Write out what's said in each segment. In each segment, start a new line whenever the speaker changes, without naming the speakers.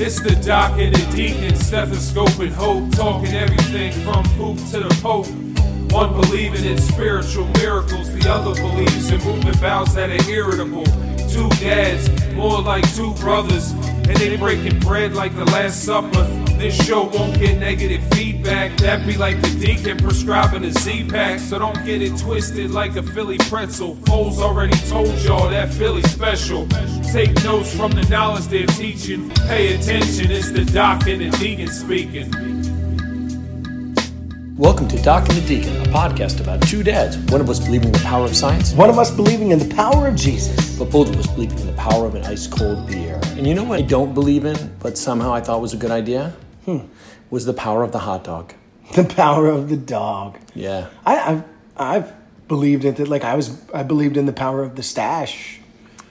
It's the doc and the deacon, stethoscope and hope, talking everything from poop to the pope. One believing in spiritual miracles, the other believes in moving vows that are irritable. Two dads, more like two brothers, and they breaking bread like the Last Supper. This show won't get negative feedback. That be like the deacon prescribing a Z-pack, so don't get it twisted like a Philly pretzel. Foles already told y'all that Philly special. Take notes from the knowledge they're teaching. Pay attention, it's the doc and the deacon speaking.
Welcome to Doc and the Deacon, a podcast about two dads, one of us believing in the power of science,
One of us believing in the power of Jesus.
but both of us believing in the power of an ice cold beer. And you know what I don't believe in, but somehow I thought was a good idea? Hmm. Was the power of the hot dog.
The power of the dog.
Yeah.
I, I've, I've believed in it. Like I was, I believed in the power of the stash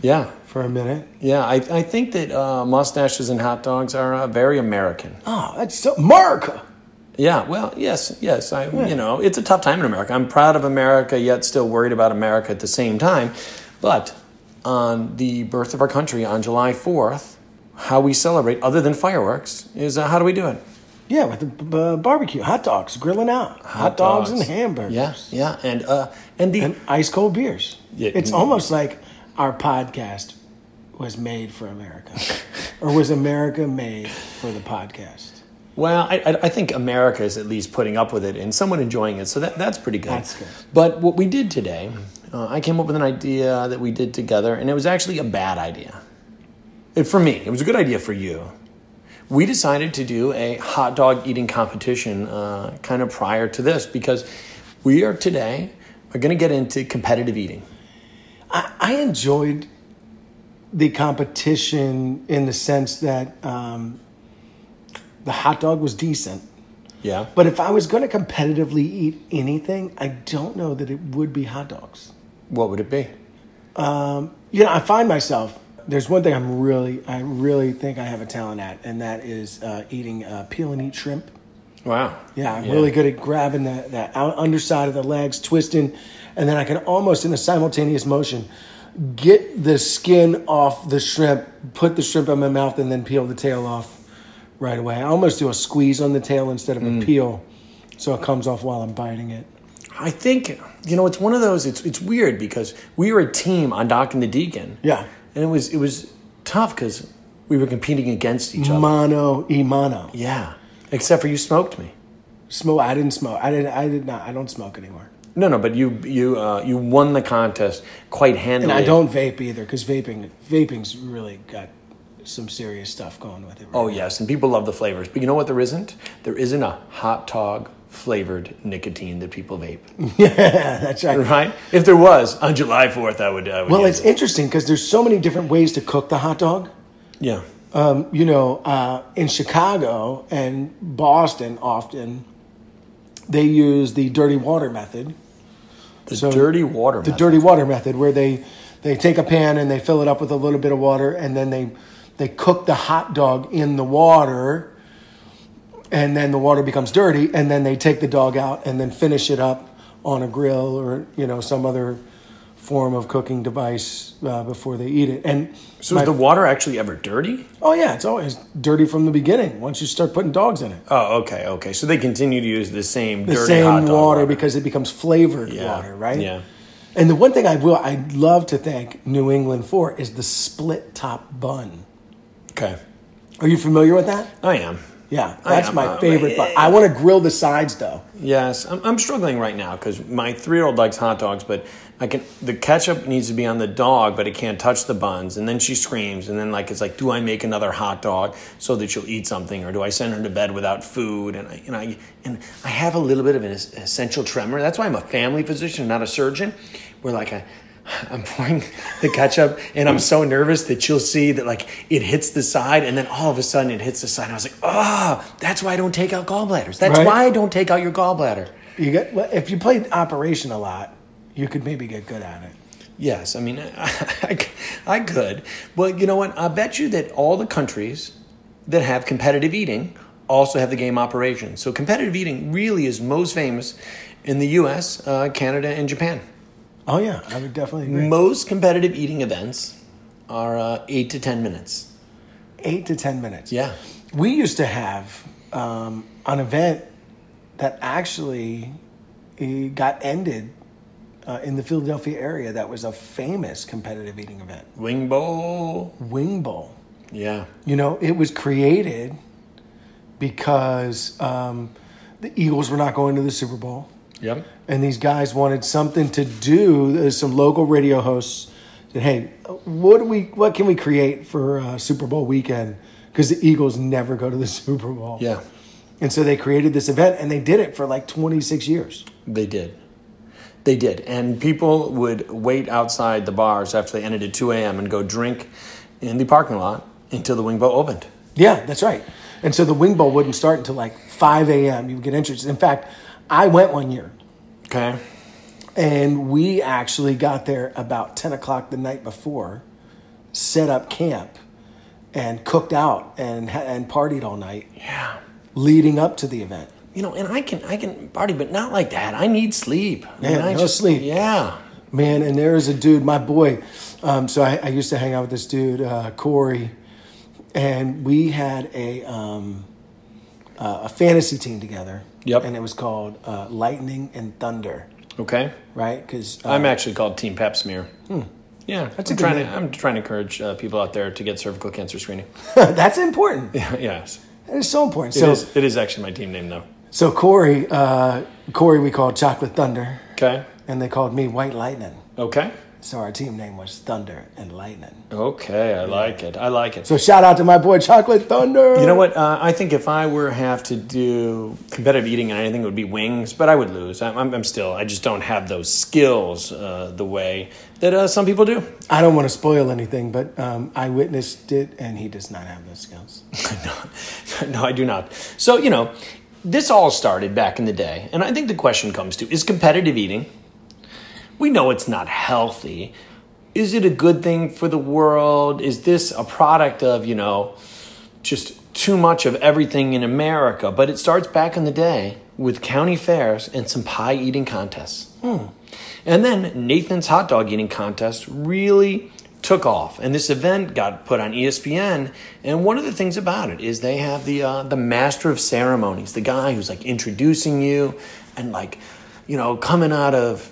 Yeah.
for a minute.
Yeah. I, I think that uh, mustaches and hot dogs are uh, very American.
Oh, that's so America.
Yeah, well, yes, yes. I, you know, it's a tough time in America. I'm proud of America, yet still worried about America at the same time. But on the birth of our country on July 4th, how we celebrate, other than fireworks, is uh, how do we do it?
Yeah, with the b- b- barbecue, hot dogs, grilling out, hot, dogs. and hamburgers,
Yeah, yeah, and uh, and the
and ice cold beers.
Yeah.
It's almost like our podcast was made for America, or was America made for the podcast?
Well, I, I I think America is at least putting up with it and somewhat enjoying it, so that, that's pretty good.
That's good.
But what we did today, uh, I came up with an idea that we did together, and it was actually a bad idea. It- for me, it was a good idea for you. We decided to do a hot dog eating competition uh, kind of prior to this because we are today are going to get into competitive eating.
I, I enjoyed the competition in the sense that um, the hot dog was decent.
Yeah.
But if I was going to competitively eat anything, I don't know that it would be hot dogs.
What would it be?
You know, I find myself there's one thing I'm really, I really think I have a talent at, and that is uh, eating uh, peel and eat shrimp.
Wow.
Yeah, I'm really good at grabbing the, the out, underside of the legs, twisting, and then I can almost in a simultaneous motion get the skin off the shrimp, put the shrimp in my mouth, and then peel the tail off right away. I almost do a squeeze on the tail instead of a peel, so it comes off while I'm biting it.
I think you know it's one of those. It's it's weird because we were a team on Doc and the Deacon.
Yeah.
and it was it was tough because we were competing against each other.
Mono e mono.
yeah, except for you smoked me.
Smoke. I didn't smoke. I didn't. I did not. I don't smoke anymore,
No, no, but you you uh, you won the contest quite handily.
and I don't vape either because vaping vaping's really got some serious stuff going with it. Right
Oh yes, and people love the flavors, but you know what? There isn't. There isn't a hot dog flavored nicotine that people vape.
yeah, that's right.
Right? If there was on July Fourth, I would. I would
Well,
use
it's interesting because there's so many different ways to cook the hot dog.
it. yeah.
Um, you know, uh, in Chicago and Boston, often they use the dirty water method.
The
so-
dirty water.
The dirty water method, where they they take a pan and they fill it up with a little bit of water, and then they they cook the hot dog in the water, and then the water becomes dirty, and then they take the dog out and then finish it up on a grill or you know some other form of cooking device uh, before they eat it. And
So is the water actually ever dirty?
Oh yeah, it's always dirty from the beginning. Once you start putting dogs in it,
Oh, okay, okay. So they continue to use the same
the
dirty
same
hot
water,
dog water,
because it becomes flavored
Yeah.
water, right?
Yeah.
And the one thing I will, I love to thank New England for is the split top bun.
Okay,
Are you familiar with that?
I am.
Yeah,
I
that's
am,
my
uh,
favorite
yeah,
bun.
yeah.
I want to grill the sides though.
Yes, I'm, I'm struggling right now because my three-year-old likes hot dogs, but I can. The ketchup needs to be on the dog, but it can't touch the buns. And then she screams, and then like it's like, do I make another hot dog so that she'll eat something, or do I send her to bed without food? And I and I and I have a little bit of an es- essential tremor. That's why I'm a family physician, not a surgeon. Where like I. I'm pouring the ketchup and I'm so nervous that you'll see that like it hits the side and then all of a sudden it hits the side. And I was like, oh, that's why I don't take out gallbladders. That's
Right.
why I don't take out your gallbladder.
You get well, if you played Operation a lot, you could maybe get good at it.
Yes, I mean, I, I, I could. Well, you know what? I bet you that all the countries that have competitive eating also have the game operation. So competitive eating really is most famous in the U.S., uh, Canada, and Japan.
Oh yeah, I would definitely agree.
Most competitive eating events are uh, eight to ten minutes.
Mm-hmm. eight to 10 minutes.
Yeah.
We used to have um, an event that actually eh, got ended uh, in the Philadelphia area that was a famous competitive eating event,
Wing bowl.
Wing Bowl.
Yeah.
You know, it was created because um, the Eagles were not going to the Super Bowl
Yep.
and these guys wanted something to do. There's some local radio hosts said, "Hey, what do we? What can we create for uh, Super Bowl weekend? Because the Eagles never go to the Super Bowl."
Yeah.
and so they created this event, and they did it for like 26 years.
They did. They did. And people would wait outside the bars after they ended at 2 a.m. and go drink in the parking lot until the wing bowl opened.
Yeah, that's right. And so the Wing Bowl wouldn't start until like 5 a.m. You would get interested. In fact, I went one year,
Okay.
and we actually got there about 10 o'clock the night before, set up camp, and cooked out and and partied all night.
Yeah.
leading up to the event.
You know, and I can I can party, but not like that. I need sleep. I mean,
Yeah,
I
no sleep.
Yeah.
Man, and there is a dude, my boy. Um, so I, I used to hang out with this dude, uh, Corey, and we had a um, uh, a fantasy team together.
Yep.
And it was called uh, Lightning and Thunder,
Okay.
right? uh, Because
I'm actually called Team Pap Smear. Yeah,
a
I'm
good
trying to.
name.
I'm trying to encourage uh, people out there to get cervical cancer screening.
that's important.
yes,
It's so important.
it
So
is. It is actually my team name though.
so Corey, uh, Corey, we called Chocolate Thunder,
Okay.
and they called me White Lightning.
Okay.
So our team name was Thunder and Lightning.
Okay. I like it. I like it.
So shout out to my boy Chocolate Thunder.
you know what? Uh, I think if I were have to do competitive eating on anything, it would be wings, but I would lose. I'm, I'm, I'm still. I just don't have those skills uh, the way that uh, some people do.
I don't want to spoil anything, but um, I witnessed it, and he does not have those skills.
no, no, I do not. So, you know, this all started back in the day. And I think the question comes to is competitive eating, we know it's not healthy. Is it a good thing for the world? Is this a product of, you know, just too much of everything in America? But it starts back in the day with county fairs and some pie eating contests. And then Nathan's hot dog eating contest really took off, and this event got put on E ESPN. And one of the things about it is they have the uh, the master of ceremonies, the guy who's like introducing you, and like you know coming out of.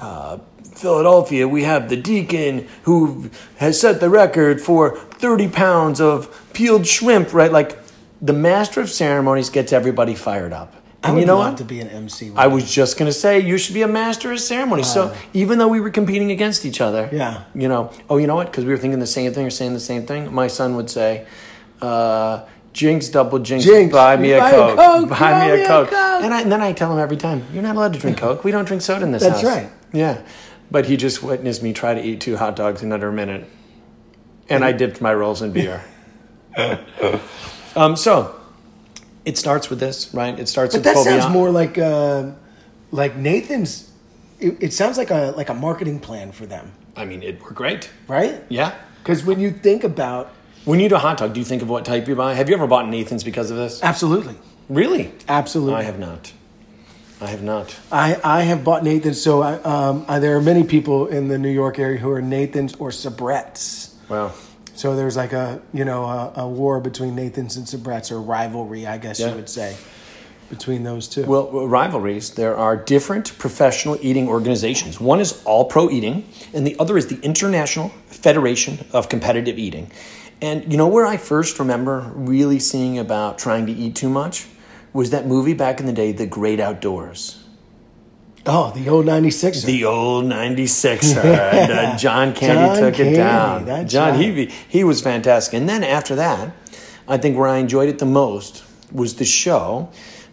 Uh, Philadelphia, we have the deacon who has set the record for 30 pounds of peeled shrimp, right? Like the master of ceremonies gets everybody fired up.
I
And
would
you know
love
what?
to be an MC.
I was just gonna say you should be a master of ceremony. so even though we were competing against each other,
Yeah.
you know, oh, you know what? Because we were thinking the same thing or saying the same thing. My son would say, uh, "Jinx, double jinx,
Jinx,
buy me a
buy a
coke,
Coke,
buy,
buy
me a coke.
Coke.
And, I, and then I tell him every time, "You're not allowed to drink coke. We don't drink soda in this
That's
house."
right.
Yeah, but he just witnessed me try to eat two hot dogs in under a minute, and I dipped my rolls in beer. um, so. It starts with this, right? It starts
but
with
that
phobia.
sounds more like uh, like Nathan's. It, it sounds like a like a marketing plan for them,
I mean, it worked great.
right?
Yeah.
Because when you think about
When you do a hot dog, do you think of what type you buy? Have you ever bought an Nathan's because of this?
absolutely,
Really?
absolutely,
I have not. I have not.
I, I have bought Nathan's. So I, um, I, there are many people in the New York area who are Nathan's or Sabrettes.
Wow.
So there's like a you know a, a war between Nathan's and Sabrettes or rivalry, I guess
Yeah.
you would say, between those two.
Well, rivalries, there are different professional eating organizations. One is All Pro Eating, and the other is the International Federation of Competitive Eating. And you know where I first remember really seeing about trying to eat too much? Was that movie back in the day, The Great Outdoors.
oh, the old '96.
The old 96er. And, uh, John Candy
John
took
Candy,
it down.
that's
John,
right.
he, he was fantastic. And then after that, I think where I enjoyed it the most was the show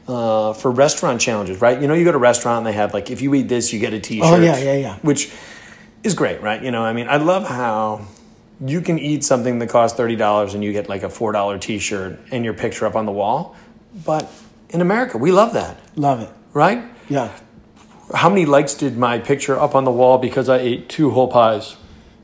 uh, for restaurant challenges, right? You know, you go to a restaurant and they have, like, if you eat this, you get a t shirt.
Oh, yeah, yeah, yeah.
Which is great, right? You know, I mean, I love how. You can eat something that costs thirty dollars, and you get like a four dollar T shirt and your picture up on the wall. But in America, we love that,
Love it.
right?
Yeah.
How many likes did my picture up on the wall because I ate two whole pies?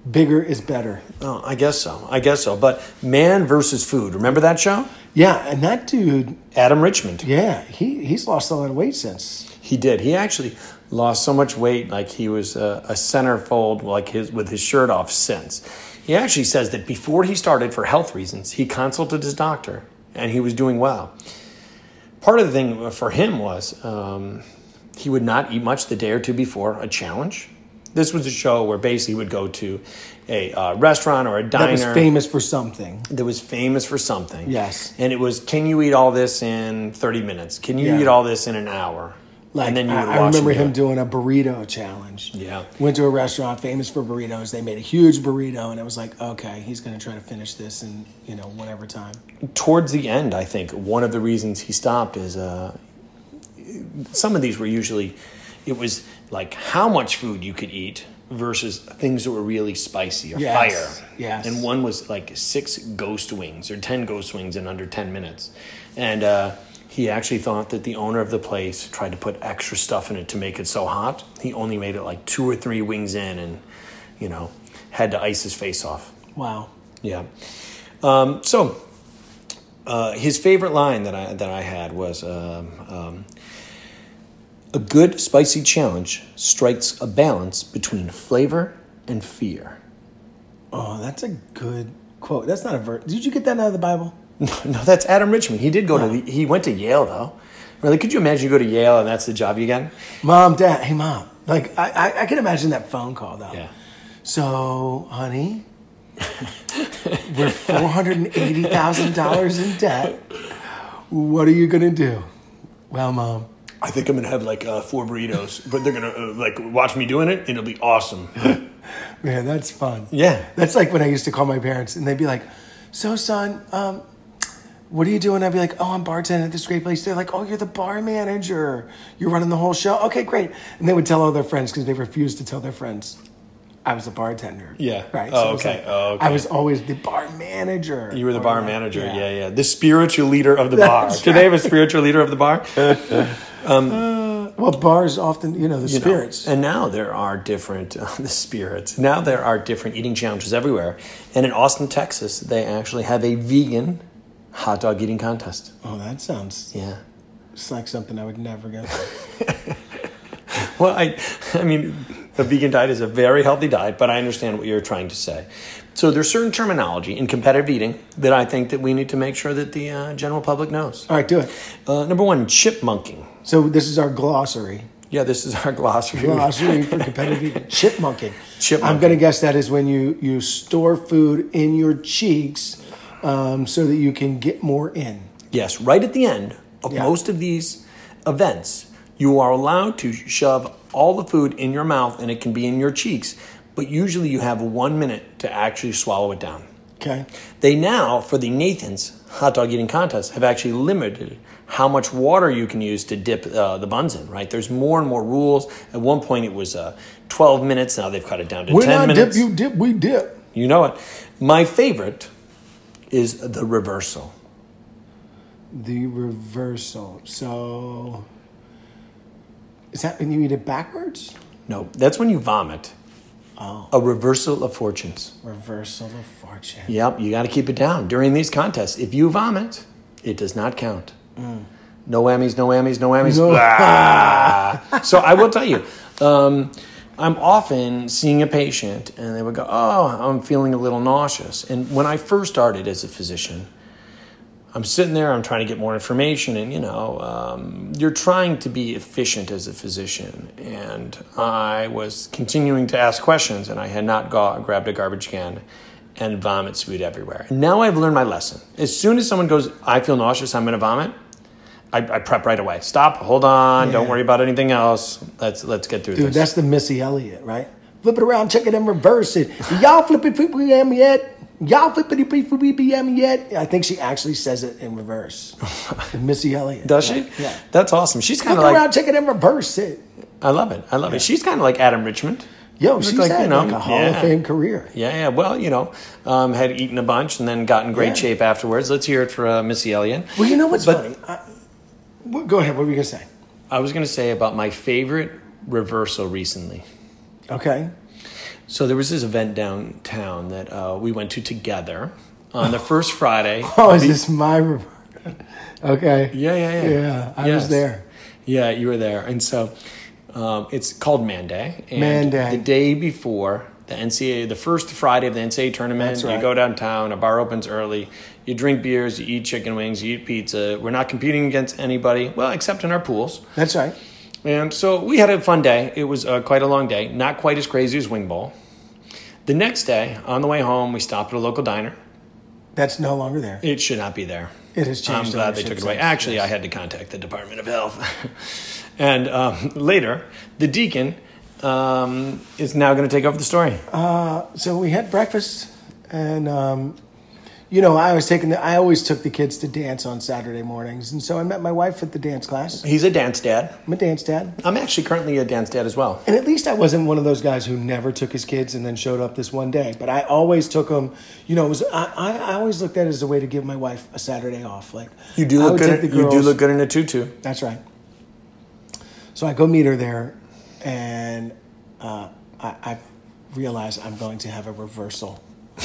Bigger is better.
Oh, I guess so. I guess so. But man versus food. Remember that show?
Yeah, and that dude,
Adam Richmond.
yeah, he, he's lost a lot of weight since.
He did. He actually lost so much weight, like he was a, a centerfold, like his with his shirt off since. He actually says that before he started for health reasons, he consulted his doctor and he was doing well. Part of the thing for him was um, he would not eat much the day or two before a challenge. This was a show where basically he would go to a uh, restaurant or a diner
That was famous for something.
that was famous for something.
Yes.
And it was, can you eat all this in 30 minutes? Can you
Yeah.
eat all this in an hour?
Like
and then you
I,
would
I
watch
remember
do
him
it.
doing a burrito challenge.
Yeah.
Went to a restaurant famous for burritos. They made a huge burrito, and it was like, okay, he's going to try to finish this in you know whatever time.
Towards the end, I think one of the reasons he stopped is uh, some of these were usually, it was like how much food you could eat versus things that were really spicy or
Yes.
fire.
Yes.
And one was like six ghost wings or 10 ghost wings in under 10 minutes. And uh, he actually thought that the owner of the place tried to put extra stuff in it to make it so hot. He only made it like two or three wings in and, you know, had to ice his face off.
Wow.
Yeah. Um, so uh, his favorite line that I that I had was um, um, a good spicy challenge strikes a balance between flavor and fear.
Oh, that's a good quote. That's not a verse. Did you get that out of the Bible?
no, that's Adam Richmond. He did go to the, he went to Yale though. Really, could you imagine you go to Yale and that's the job you get?
Mom, Dad, hey, Mom. Like I, I, I can imagine that phone call though.
Yeah.
So, honey, we're four hundred and eighty thousand dollars in debt. What are you gonna do? Well, mom,
I think I'm gonna have like uh, four burritos, but they're gonna uh, like watch me doing it, and it'll be awesome.
man, that's fun.
yeah,
That's like when I used to call my parents and they'd be like, So, son, um, what are you doing? I'd be like, Oh, I'm bartending at this great place. They're like, Oh, you're the bar manager. You're running the whole show. Okay, great. And they would tell all their friends because they refused to tell their friends I was a bartender.
Yeah.
Right.
Oh,
it was
okay.
like,
Oh, okay.
I was always the bar manager.
You were the
Or
bar
like-
manager. Yeah, yeah. The spiritual leader of the bar.
That's
Do they have a spiritual leader of the bar?
Well, bars often, you know, the
you know.
spirits.
And now there are different uh, the spirits. Now there are different eating challenges everywhere. And in Austin, Texas, they actually have a vegan hot dog eating contest.
Oh, that sounds
Yeah.
it's like something I would never guess.
Well, I, I mean, a vegan diet is a very healthy diet, but I understand what you're trying to say. So there's certain terminology in competitive eating that I think that we need to make sure that the uh, general public knows.
All right, do it.
Uh, number one, chipmunking.
So this is our glossary.
Yeah, this is our glossary.
Glossary for competitive eating. Chipmunking.
Chipmunking.
I'm going to guess that is when you, you store food in your cheeks um, so that you can get more in.
Yes, right at the end of
Yeah.
most of these events, you are allowed to shove all the food in your mouth and it can be in your cheeks, but usually you have one minute to actually swallow it down.
Okay.
They now, for the Nathan's hot dog eating contest, have actually limited how much water you can use to dip uh, the buns in, right? There's more and more rules. At one point, it was uh, 12 minutes. Now they've cut it down to
When
10
I
minutes.
dip, you dip, we dip.
you know it. My favorite is the reversal.
The reversal. So is that when you eat it backwards?
No, that's when you vomit. A reversal of fortunes.
Reversal of fortune.
Yep, you got to keep it down during these contests. If you vomit, it does not count. No whammies, no whammies, no whammies.
No.
Blah. so I will tell you, um, I'm often seeing a patient and they would go, Oh, I'm feeling a little nauseous. And when I first started as a physician, I'm sitting there, I'm trying to get more information, and you know, um, you're trying to be efficient as a physician. And I was continuing to ask questions, and I had not go- grabbed a garbage can and vomit spewed everywhere. And now I've learned my lesson. As soon as someone goes, I feel nauseous, I'm gonna vomit, I, I prep right away. Stop, hold on, don't
Yeah.
worry about anything else. Let's, let's get through
Dude,
this.
that's the Missy Elliott, right? Flip it around, check it and reverse it. Y'all flippity flip em yet? Y'all flippity flip em yet? I think she actually says it in reverse. The Missy Elliott.
Does
right?
she?
Yeah.
That's awesome. She's kind
Flip
of like,
around, check it and reverse it.
I love it. I love it. She's kind of like Adam Richmond.
Yo,
Look
she's
like,
had
you know,
like a Hall of
yeah.
Fame career.
Yeah, yeah. Well, you know, um, had eaten a bunch and then got in great
Yeah.
shape afterwards. Let's hear it for uh, Missy Elliott.
Well, you know what's
But-
funny? I, well, go ahead. What were you going to say?
I was going to say about my favorite reversal recently.
Okay.
So there was this event downtown that uh, we went to together on the first Friday.
Oh, is this my reverse? Okay.
Yeah, yeah, yeah.
Yeah, I
Yes.
was there.
Yeah, you were there. And so um, it's called Manday. And
Manday.
The day before the NCAA, the first Friday of the NCAA tournament,
That's
you
right.
go downtown, a bar opens early, you drink beers, you eat chicken wings, you eat pizza. We're not competing against anybody, well, except in our pools.
That's right.
And so we had a fun day. It was uh, quite a long day, not quite as crazy as Wing Bowl. The next day, on the way home, we stopped at a local diner.
That's no longer there.
It should not be there.
It has changed.
I'm glad they
ownership
took it away.
since,
Actually,
yes.
I had to contact the Department of Health. and um, later, the deacon um, is now going to take over the story.
so we had breakfast, and um, you know, I was taking. The, I always took the kids to dance on Saturday mornings, and so I met my wife at the dance class.
He's a dance dad.
I'm a dance dad.
I'm actually currently a dance dad as well.
And at least I wasn't one of those guys who never took his kids and then showed up this one day. But I always took them. You know, it was I, I, I always looked at it as a way to give my wife a Saturday off. Like
You do
I
look
would
good.
take the
you do
girls-
look good in a tutu.
That's right. So I go meet her there, and uh, I, I realize I'm going to have a reversal.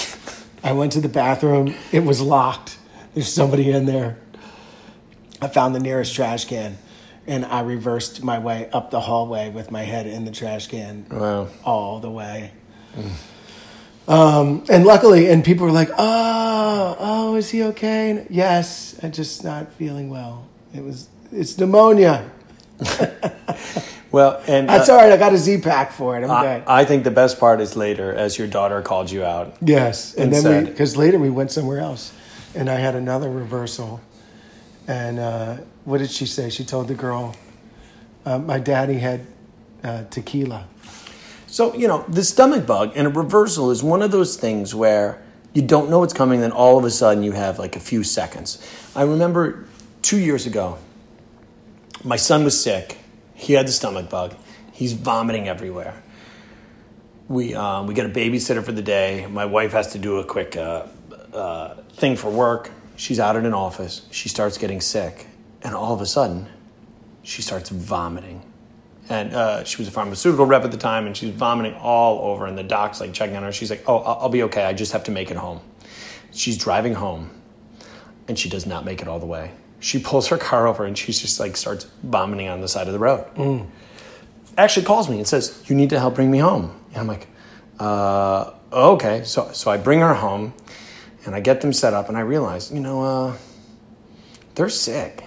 I went to the bathroom. It was locked. There's somebody in there. I found the nearest trash can, and I reversed my way up the hallway with my head in the trash can
Wow.
all the way. Um, and luckily, and people were like, "Oh, oh, is he okay?" And, yes, I'm just not feeling well. It was it's pneumonia.
Well, and
That's
uh,
all right. I got a Z pack for it. I'm
I,
good.
I think the best part is later, as your daughter called you out.
yes, and then
Inside.
because later we went somewhere else, and I had another reversal. And uh, what did she say? She told the girl, uh, "My daddy had uh, tequila."
So, you know, the stomach bug and a reversal is one of those things where you don't know what's coming, then all of a sudden you have like a few seconds. I remember two years ago, my son was sick. He had the stomach bug. He's vomiting everywhere. We, uh, we got a babysitter for the day. My wife has to do a quick uh, uh, thing for work. She's out at an office. She starts getting sick. And all of a sudden, she starts vomiting and uh, she was a pharmaceutical rep at the time, and she's vomiting all over. And the doc's like checking on her. She's like, "Oh, I'll, I'll be okay. I just have to make it home." She's driving home, and she does not make it all the way. She pulls her car over, and she's just like starts vomiting on the side of the road. Actually, calls me and says, "You need to help bring me home." And I'm like, uh, "Okay." So so I bring her home, and I get them set up, and I realize, you know, uh, they're sick.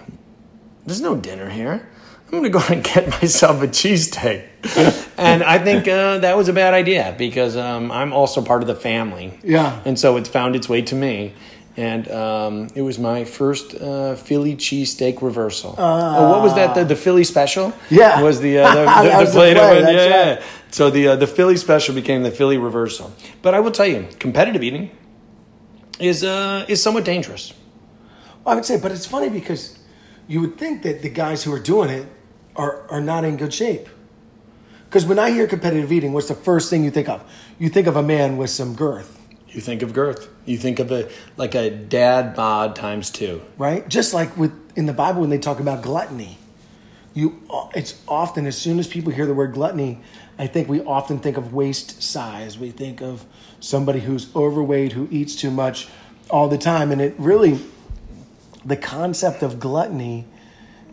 There's no dinner here. I'm gonna go and get myself a cheesesteak. and I think uh, that was a bad idea because um, I'm also part of the family.
Yeah.
And so it's found its way to me. And um, it was my first uh, Philly cheesesteak reversal. oh, what was that? The, the Philly special?
Yeah.
Was the, uh, the,
That
the, the
was the
plate
play,
of it?
that's
Yeah, yeah.
right.
So the, uh, the Philly special became the Philly reversal. But I will tell you, competitive eating is, uh, is somewhat dangerous.
I would say, but it's funny because you would think that the guys who are doing it are, are not in good shape. Because when I hear competitive eating, what's the first thing you think of? You think of a man with some girth,
You think of girth. You think of a like a dad bod times two.
right? Just like with in the Bible when they talk about gluttony. You, it's often as soon as people hear the word gluttony, I think we often think of waist size. We think of somebody who's overweight who eats too much all the time, and it really, the concept of gluttony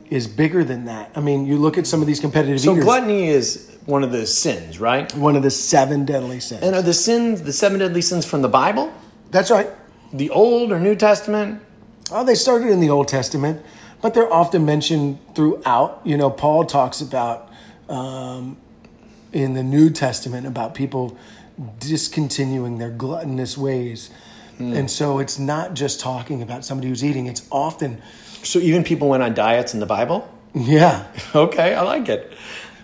is bigger than that. I mean, you look at some of these competitive
So
eaters.
gluttony is one of the sins, right?
one of the seven deadly sins.
And uh, are the sins the seven deadly sins from the Bible,
That's right.
the Old or New Testament?
Oh, they started in the Old Testament, but they're often mentioned throughout. You know, Paul talks about um, in the New Testament about people discontinuing their gluttonous ways. And so it's not just talking about somebody who's eating, it's often,
So even people went on diets in the Bible.
yeah.
Okay, I like it.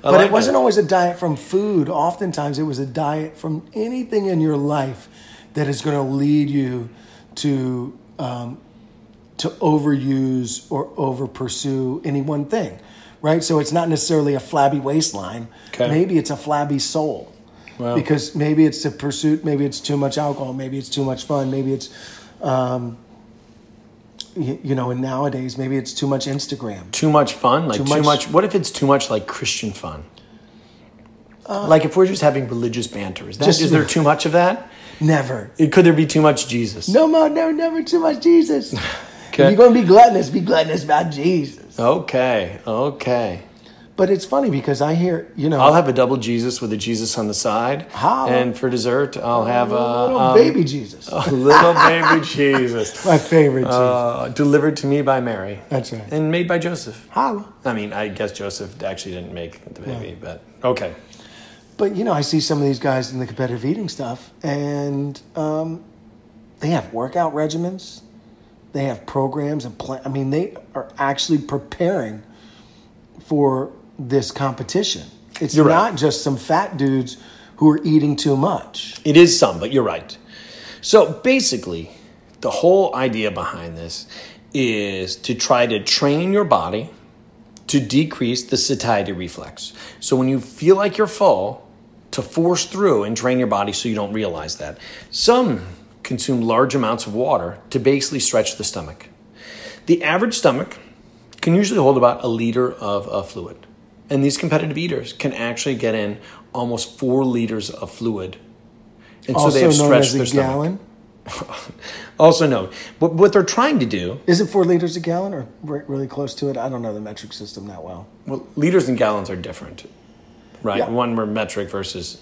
I
But
like
it wasn't always a diet from food. Oftentimes, it was a diet from anything in your life that is going to lead you to um, to overuse or over pursue any one thing, right? So it's not necessarily a flabby waistline.
Okay.
Maybe it's a flabby soul,
Wow.
because maybe it's the pursuit. Maybe it's too much alcohol. Maybe it's too much fun. Maybe it's um, y- you know, and nowadays maybe it's too much Instagram.
too much fun. Like too much.
much-
What if it's too much like Christian fun? like if we're just having religious banter, is that
Just-
is there too much of that?
Never,
Could there be too much Jesus?
No more, no, never too much Jesus. If
Okay.
you're going to be gluttonous, be gluttonous about Jesus.
Okay. Okay.
But it's funny because I hear, you know,
I'll have a double Jesus with a Jesus on the side.
How?
And for dessert, I'll have a,
little
um,
baby Jesus.
a little baby Jesus.
My favorite Jesus.
Uh, delivered to me by Mary.
That's right.
And made by Joseph.
Holla.
I mean, I guess Joseph actually didn't make the baby, but okay.
But, you know, I see some of these guys in the competitive eating stuff, and um, they have workout regimens, they have programs and plan. I mean, they are actually preparing for this competition. It's
You're right.
not just some fat dudes who are eating too much.
It is some, but you're right. So basically, the whole idea behind this is to try to train your body to decrease the satiety reflex. So when you feel like you're full, to force through and train your body so you don't realize that. Some consume large amounts of water to basically stretch the stomach. The average stomach can usually hold about a liter of uh, fluid. And these competitive eaters can actually get in almost four liters of fluid. And so
also
they have
known as
stretched
a
their stomach.
gallon.
Also, no. But what they're trying to do,
Is it four liters a gallon or re- really close to it? I don't know the metric system that well.
well, liters and gallons are different, right?
Yeah.
One were metric versus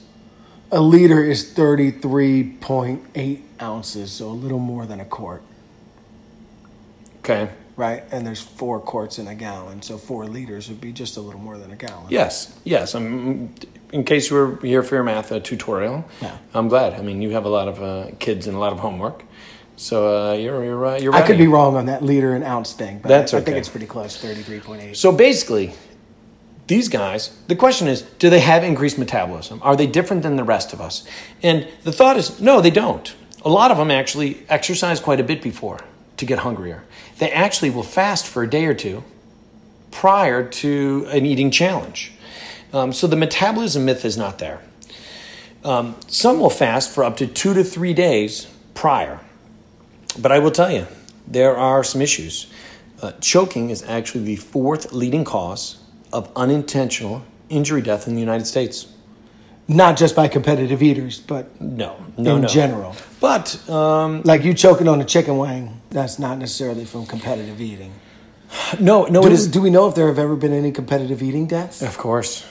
A liter is 33.8 ounces, so a little more than a quart,
Okay.
right? And there's four quarts in a gallon, so four liters would be just a little more than a gallon.
Yes. Yes. Um, in case you were here for your math uh, tutorial,
Yeah.
I'm glad. I mean, you have a lot of uh, kids and a lot of homework, so uh, you're you're right. You're
I could
ready.
be wrong on that liter and ounce thing, but
That's
I, I think
okay.
it's pretty close, 33.8.
So basically, these guys. The question is, do they have increased metabolism? Are they different than the rest of us? And the thought is, no, they don't. A lot of them actually exercise quite a bit before to get hungrier. They actually will fast for a day or two prior to an eating challenge. Um, so the metabolism myth is not there. Um, some will fast for up to two to three days prior. But I will tell you, there are some issues. Uh, choking is actually the fourth leading cause of unintentional injury death in the United States.
Not just by competitive eaters, but
No, no,
in
no.
general.
But um,
Like you choking on a chicken wing, that's not necessarily from competitive eating.
no, no,
Do,
it is.
do we know if there have ever been any competitive eating deaths?
Of course.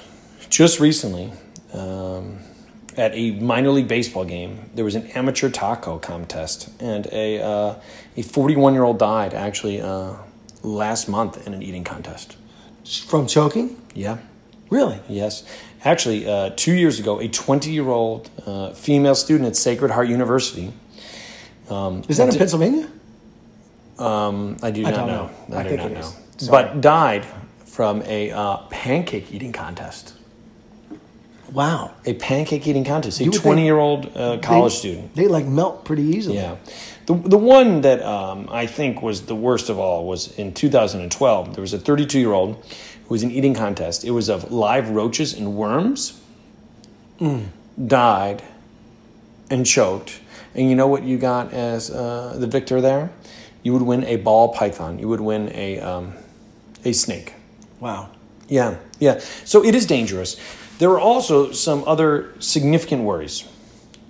Just recently, um, at a minor league baseball game, there was an amateur taco contest, and a uh, a 41 year old died actually uh, last month in an eating contest.
From choking?
Yeah.
Really?
Yes. Actually, uh, two years ago, a 20 year old uh, female student at Sacred Heart University.
Is that in Pennsylvania?
I do
I
not
don't
know.
know.
I,
I
do
think
not
it is.
know.
Sorry.
But died from a uh, pancake eating contest.
Wow.
A pancake eating contest. A
You would think-
20 year old uh, college student.
They like melt pretty easily.
Yeah. The, the one that um, I think was the worst of all was in 2012. There was a 32 year old who was in an eating contest. It was of live roaches and worms. Died and choked. And you know what you got as uh, the victor there? You would win a ball python, you would win a, um, a snake.
Wow.
Yeah, yeah. So it is dangerous. There are also some other significant worries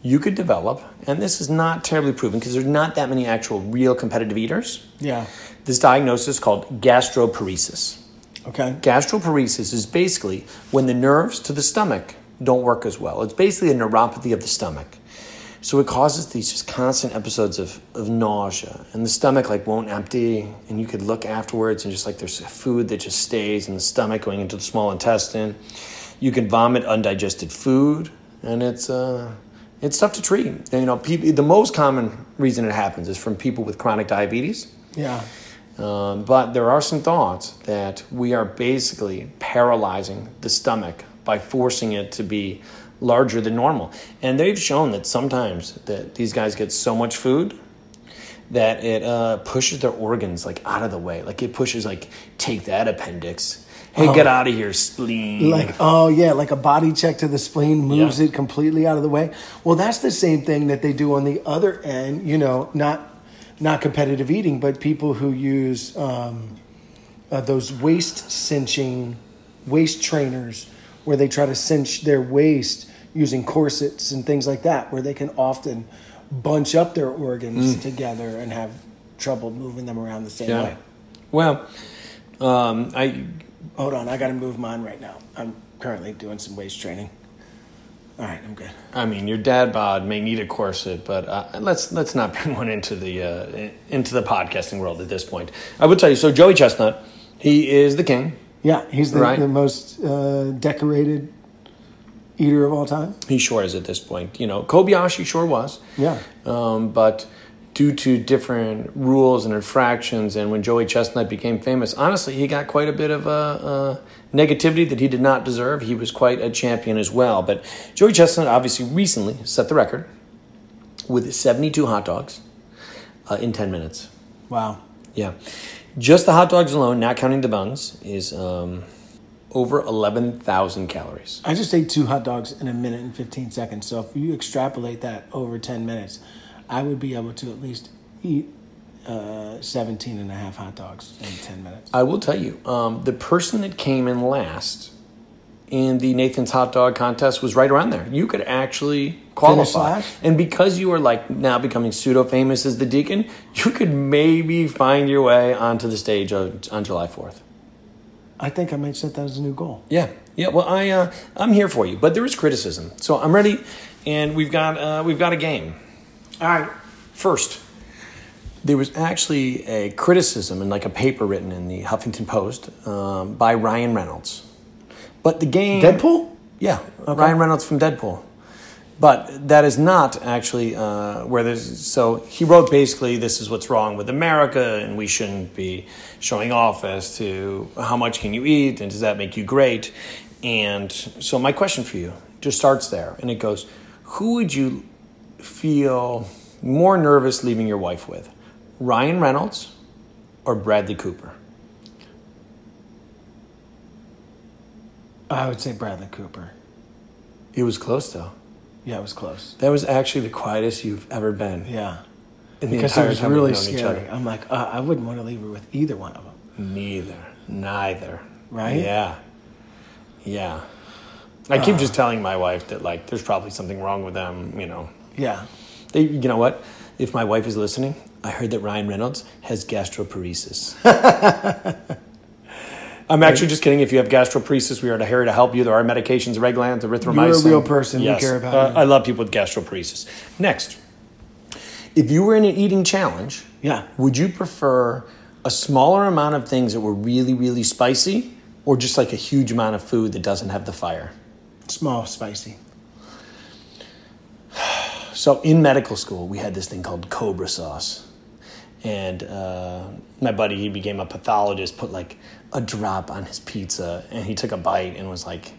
you could develop, and this is not terribly proven because there's not that many actual real competitive eaters.
Yeah.
This diagnosis is called gastroparesis.
Okay.
Gastroparesis is basically when the nerves to the stomach don't work as well. It's basically a neuropathy of the stomach. So it causes these just constant episodes of, of nausea and the stomach like won't empty and you could look afterwards and just like there's food that just stays in the stomach going into the small intestine. You can vomit undigested food and it's uh it's tough to treat. And, you know, people, the most common reason it happens is from people with chronic diabetes.
Yeah.
Um, but there are some thoughts that we are basically paralyzing the stomach by forcing it to be larger than normal. And they've shown that sometimes that these guys get so much food that it uh, pushes their organs like out of the way. Like it pushes like take that appendix. Hey, get out of here, spleen.
Like oh yeah, like a body check to the spleen moves
Yeah.
it completely out of the way. Well, that's the same thing that they do on the other end. You know, not not competitive eating, but people who use um, uh, those waist cinching, waist trainers, where they try to cinch their waist using corsets and things like that, where they can often bunch up their organs together and have trouble moving them around the same
Mm. Yeah.
way.
Well, um, I
Hold on, I got to move mine right now. I'm currently doing some waist training. All right, I'm good.
I mean, your dad bod may need a corset, but uh, let's let's not bring one into the uh, into the podcasting world at this point. I would tell you. So Joey Chestnut, he is the king.
Yeah, he's the,
Right.
the most uh, decorated eater of all time.
He sure is at this point. You know, Kobayashi sure was.
Yeah,
Um, but due to different rules and infractions, and when Joey Chestnut became famous, honestly, he got quite a bit of uh, uh, negativity that he did not deserve. He was quite a champion as well. But Joey Chestnut obviously recently set the record with 72 hot dogs uh, in 10 minutes.
wow.
Yeah. Just the hot dogs alone, not counting the buns, is um, over 11,000 calories.
I just ate two hot dogs in a minute and 15 seconds. So if you extrapolate that over 10 minutes, I would be able to at least eat uh, 17 and a half hot dogs in 10 minutes.
I will tell you, um, the person that came in last in the Nathan's hot dog contest was right around there. You could actually qualify.
last?
And because you are like now becoming pseudo famous as the deacon, you could maybe find your way onto the stage on, on July 4th.
I think I might set that as a new goal.
Yeah, yeah. Well, I uh, I'm here for you, but there is criticism, so I'm ready, and we've got uh, we've got a game.
All right.
First, there was actually a criticism and like a paper written in the Huffington Post um, by Ryan Reynolds. But the game.
Deadpool?
Yeah, Ryan Reynolds from Deadpool. But that is not actually uh, where there's. So he wrote basically, this is what's wrong with America, and we shouldn't be showing off as to how much can you eat, and does that make you great? And so my question for you just starts there, and it goes, who would you feel more nervous leaving your wife with, Ryan Reynolds or Bradley Cooper?
I would say Bradley Cooper.
It was close though.
Yeah, it was close.
That was actually the quietest you've ever been.
Yeah.
in the
Because it
entire
was
time we've
really
known each
scary.
other.
I'm like, uh, I wouldn't want to leave her with either one of them.
Neither. Neither.
Right?
Yeah. Yeah. I keep just telling my wife that like there's probably something wrong with them, you know.
Yeah.
They, you know what? If my wife is listening, I heard that Ryan Reynolds has gastroparesis. I'm actually just kidding. If you have gastroparesis, we are here to help you. There are medications, Reglan, erythromycin.
You're a real person. We care about
Uh,
you.
I love people with gastroparesis. Next, if you were in an eating challenge,
Yeah.
would you prefer a smaller amount of things that were really, really spicy or just like a huge amount of food that doesn't have the fire?
Small, spicy.
So in medical school, we had this thing called Cobra sauce. And uh, my buddy, he became a pathologist, put like a drop on his pizza and he took a bite and was like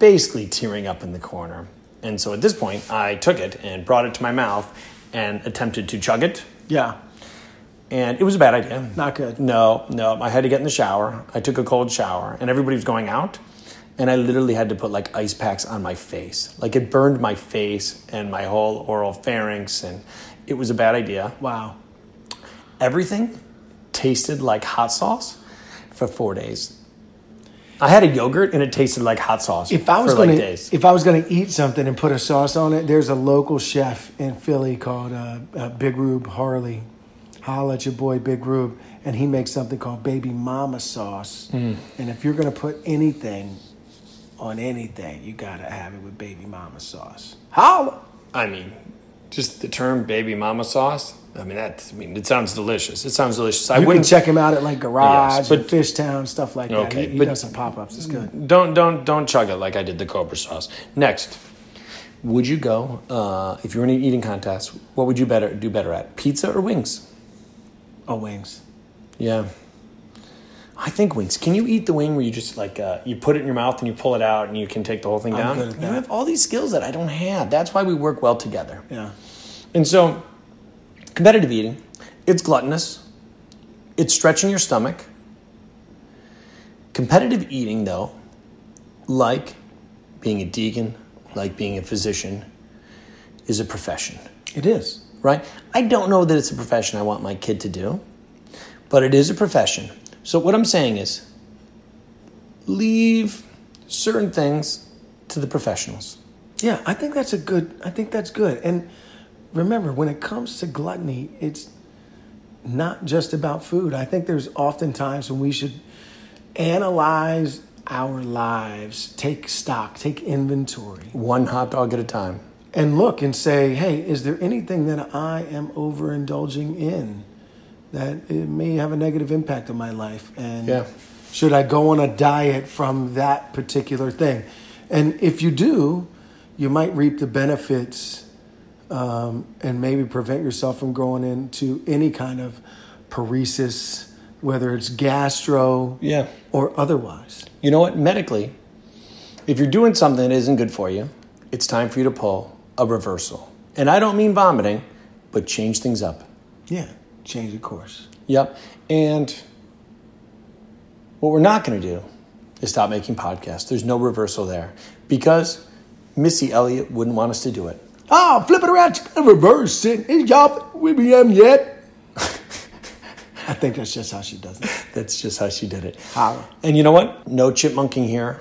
basically tearing up in the corner. And so at this point, I took it and brought it to my mouth and attempted to chug it.
Yeah.
And it was a bad idea.
Not good.
No, no. I had to get in the shower. I took a cold shower, and everybody was going out. And I literally had to put like ice packs on my face. Like it burned my face and my whole oral pharynx, and it was a bad idea.
Wow.
Everything tasted like hot sauce for four days. I had a yogurt, and it tasted like hot sauce
If I was
for
gonna,
like days.
if I was gonna eat something and put a sauce on it, there's a local chef in Philly called uh, uh, Big Rube Harley. Holla at your boy Big Rube, and he makes something called Baby Mama sauce.
Hmm.
And if you're gonna put anything on anything, you gotta have it with Baby Mama sauce. Holla!
I mean, just the term "baby mama sauce." I mean, that. I mean, it sounds delicious. It sounds delicious. I
You can
wouldn't
check him out at like Garage,
Yes, but-
and Fishtown, stuff like that.
Okay,
he, he
but-
does some pop ups. It's good.
Don't don't don't chug it like I did the Cobra sauce. Next, would you go uh, if you were in an eating contest? What would you better do better at, pizza or wings?
Oh, wings.
Yeah, I think wings. Can you eat the wing where you just like uh, you put it in your mouth and you pull it out and you can take the whole thing down?
good at
You
that.
have all these skills that I don't have. That's why we work well together.
Yeah.
And so, competitive eating, it's gluttonous, it's stretching your stomach. Competitive eating, though, like being a deacon, like being a physician, is a profession,
It is.
right? I don't know that it's a profession I want my kid to do, but it is a profession. So, what I'm saying is leave certain things to the professionals.
Yeah, I think that's a good. I think that's good. And remember, when it comes to gluttony, it's not just about food. I think there's often times when we should analyze our lives, take stock, take inventory,
One hot dog at a time.
and look and say, hey, is there anything that I am overindulging in that it may have a negative impact on my life? And
Yeah.
should I go on a diet from that particular thing? And if you do, you might reap the benefits um, and maybe prevent yourself from going into any kind of paresis, whether it's gastro
Yeah.
or otherwise.
You know what? Medically, if you're doing something that isn't good for you, it's time for you to pull a reversal. And I don't mean vomiting, but change things up.
Yeah, change the course.
Yep. And what we're not going to do is stop making podcasts. There's no reversal there because Missy Elliott wouldn't want us to do it.
Oh, flip it around, you gotta reverse it. Is y'all with me um, yet? I think that's just how she does it.
That's just how she did it.
Holla.
And you know what? No chipmunking here,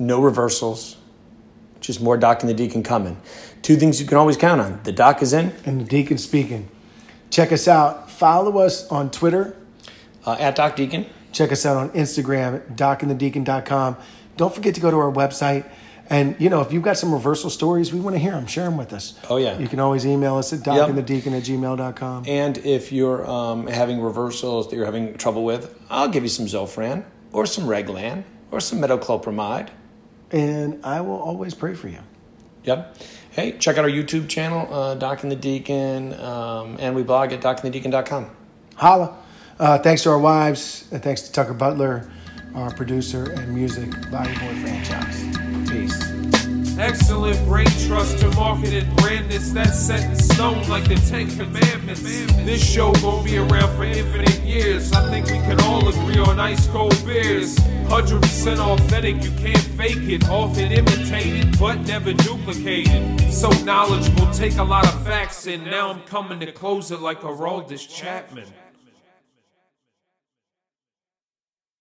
no reversals, just more Doc and the Deacon coming. Two things you can always count on the Doc is in
And the deacon speaking. Check us out. Follow us on Twitter.
uh, at Doc Deacon.
Check us out on Instagram, docandthedeacon.com. Don't forget to go to our website. And, you know, if you've got some reversal stories, we want to hear them. Share them with us.
Oh, yeah.
You can always email us at docandthedeacon at gmail.com.
And if you're um, having reversals that you're having trouble with, I'll give you some Zofran or some Reglan or some Metoclopramide.
And I will always pray for you.
Yep. Hey, check out our YouTube channel, uh, Doc and the Deacon, um, and we blog at docandthedeacon.com.
Holla. Uh, thanks to our wives. And thanks to Tucker Butler, our producer and music by Your Boy Franchise. Peace.
Excellent brain trust to marketed brandness that's set in stone like the Ten Commandments. This show gon' be around for infinite years. I think we can all agree on ice cold beers. 100% authentic, you can't fake it. Often imitated, but never duplicated. So knowledgeable, take a lot of facts in. Now I'm coming to close it like Araldus Chapman.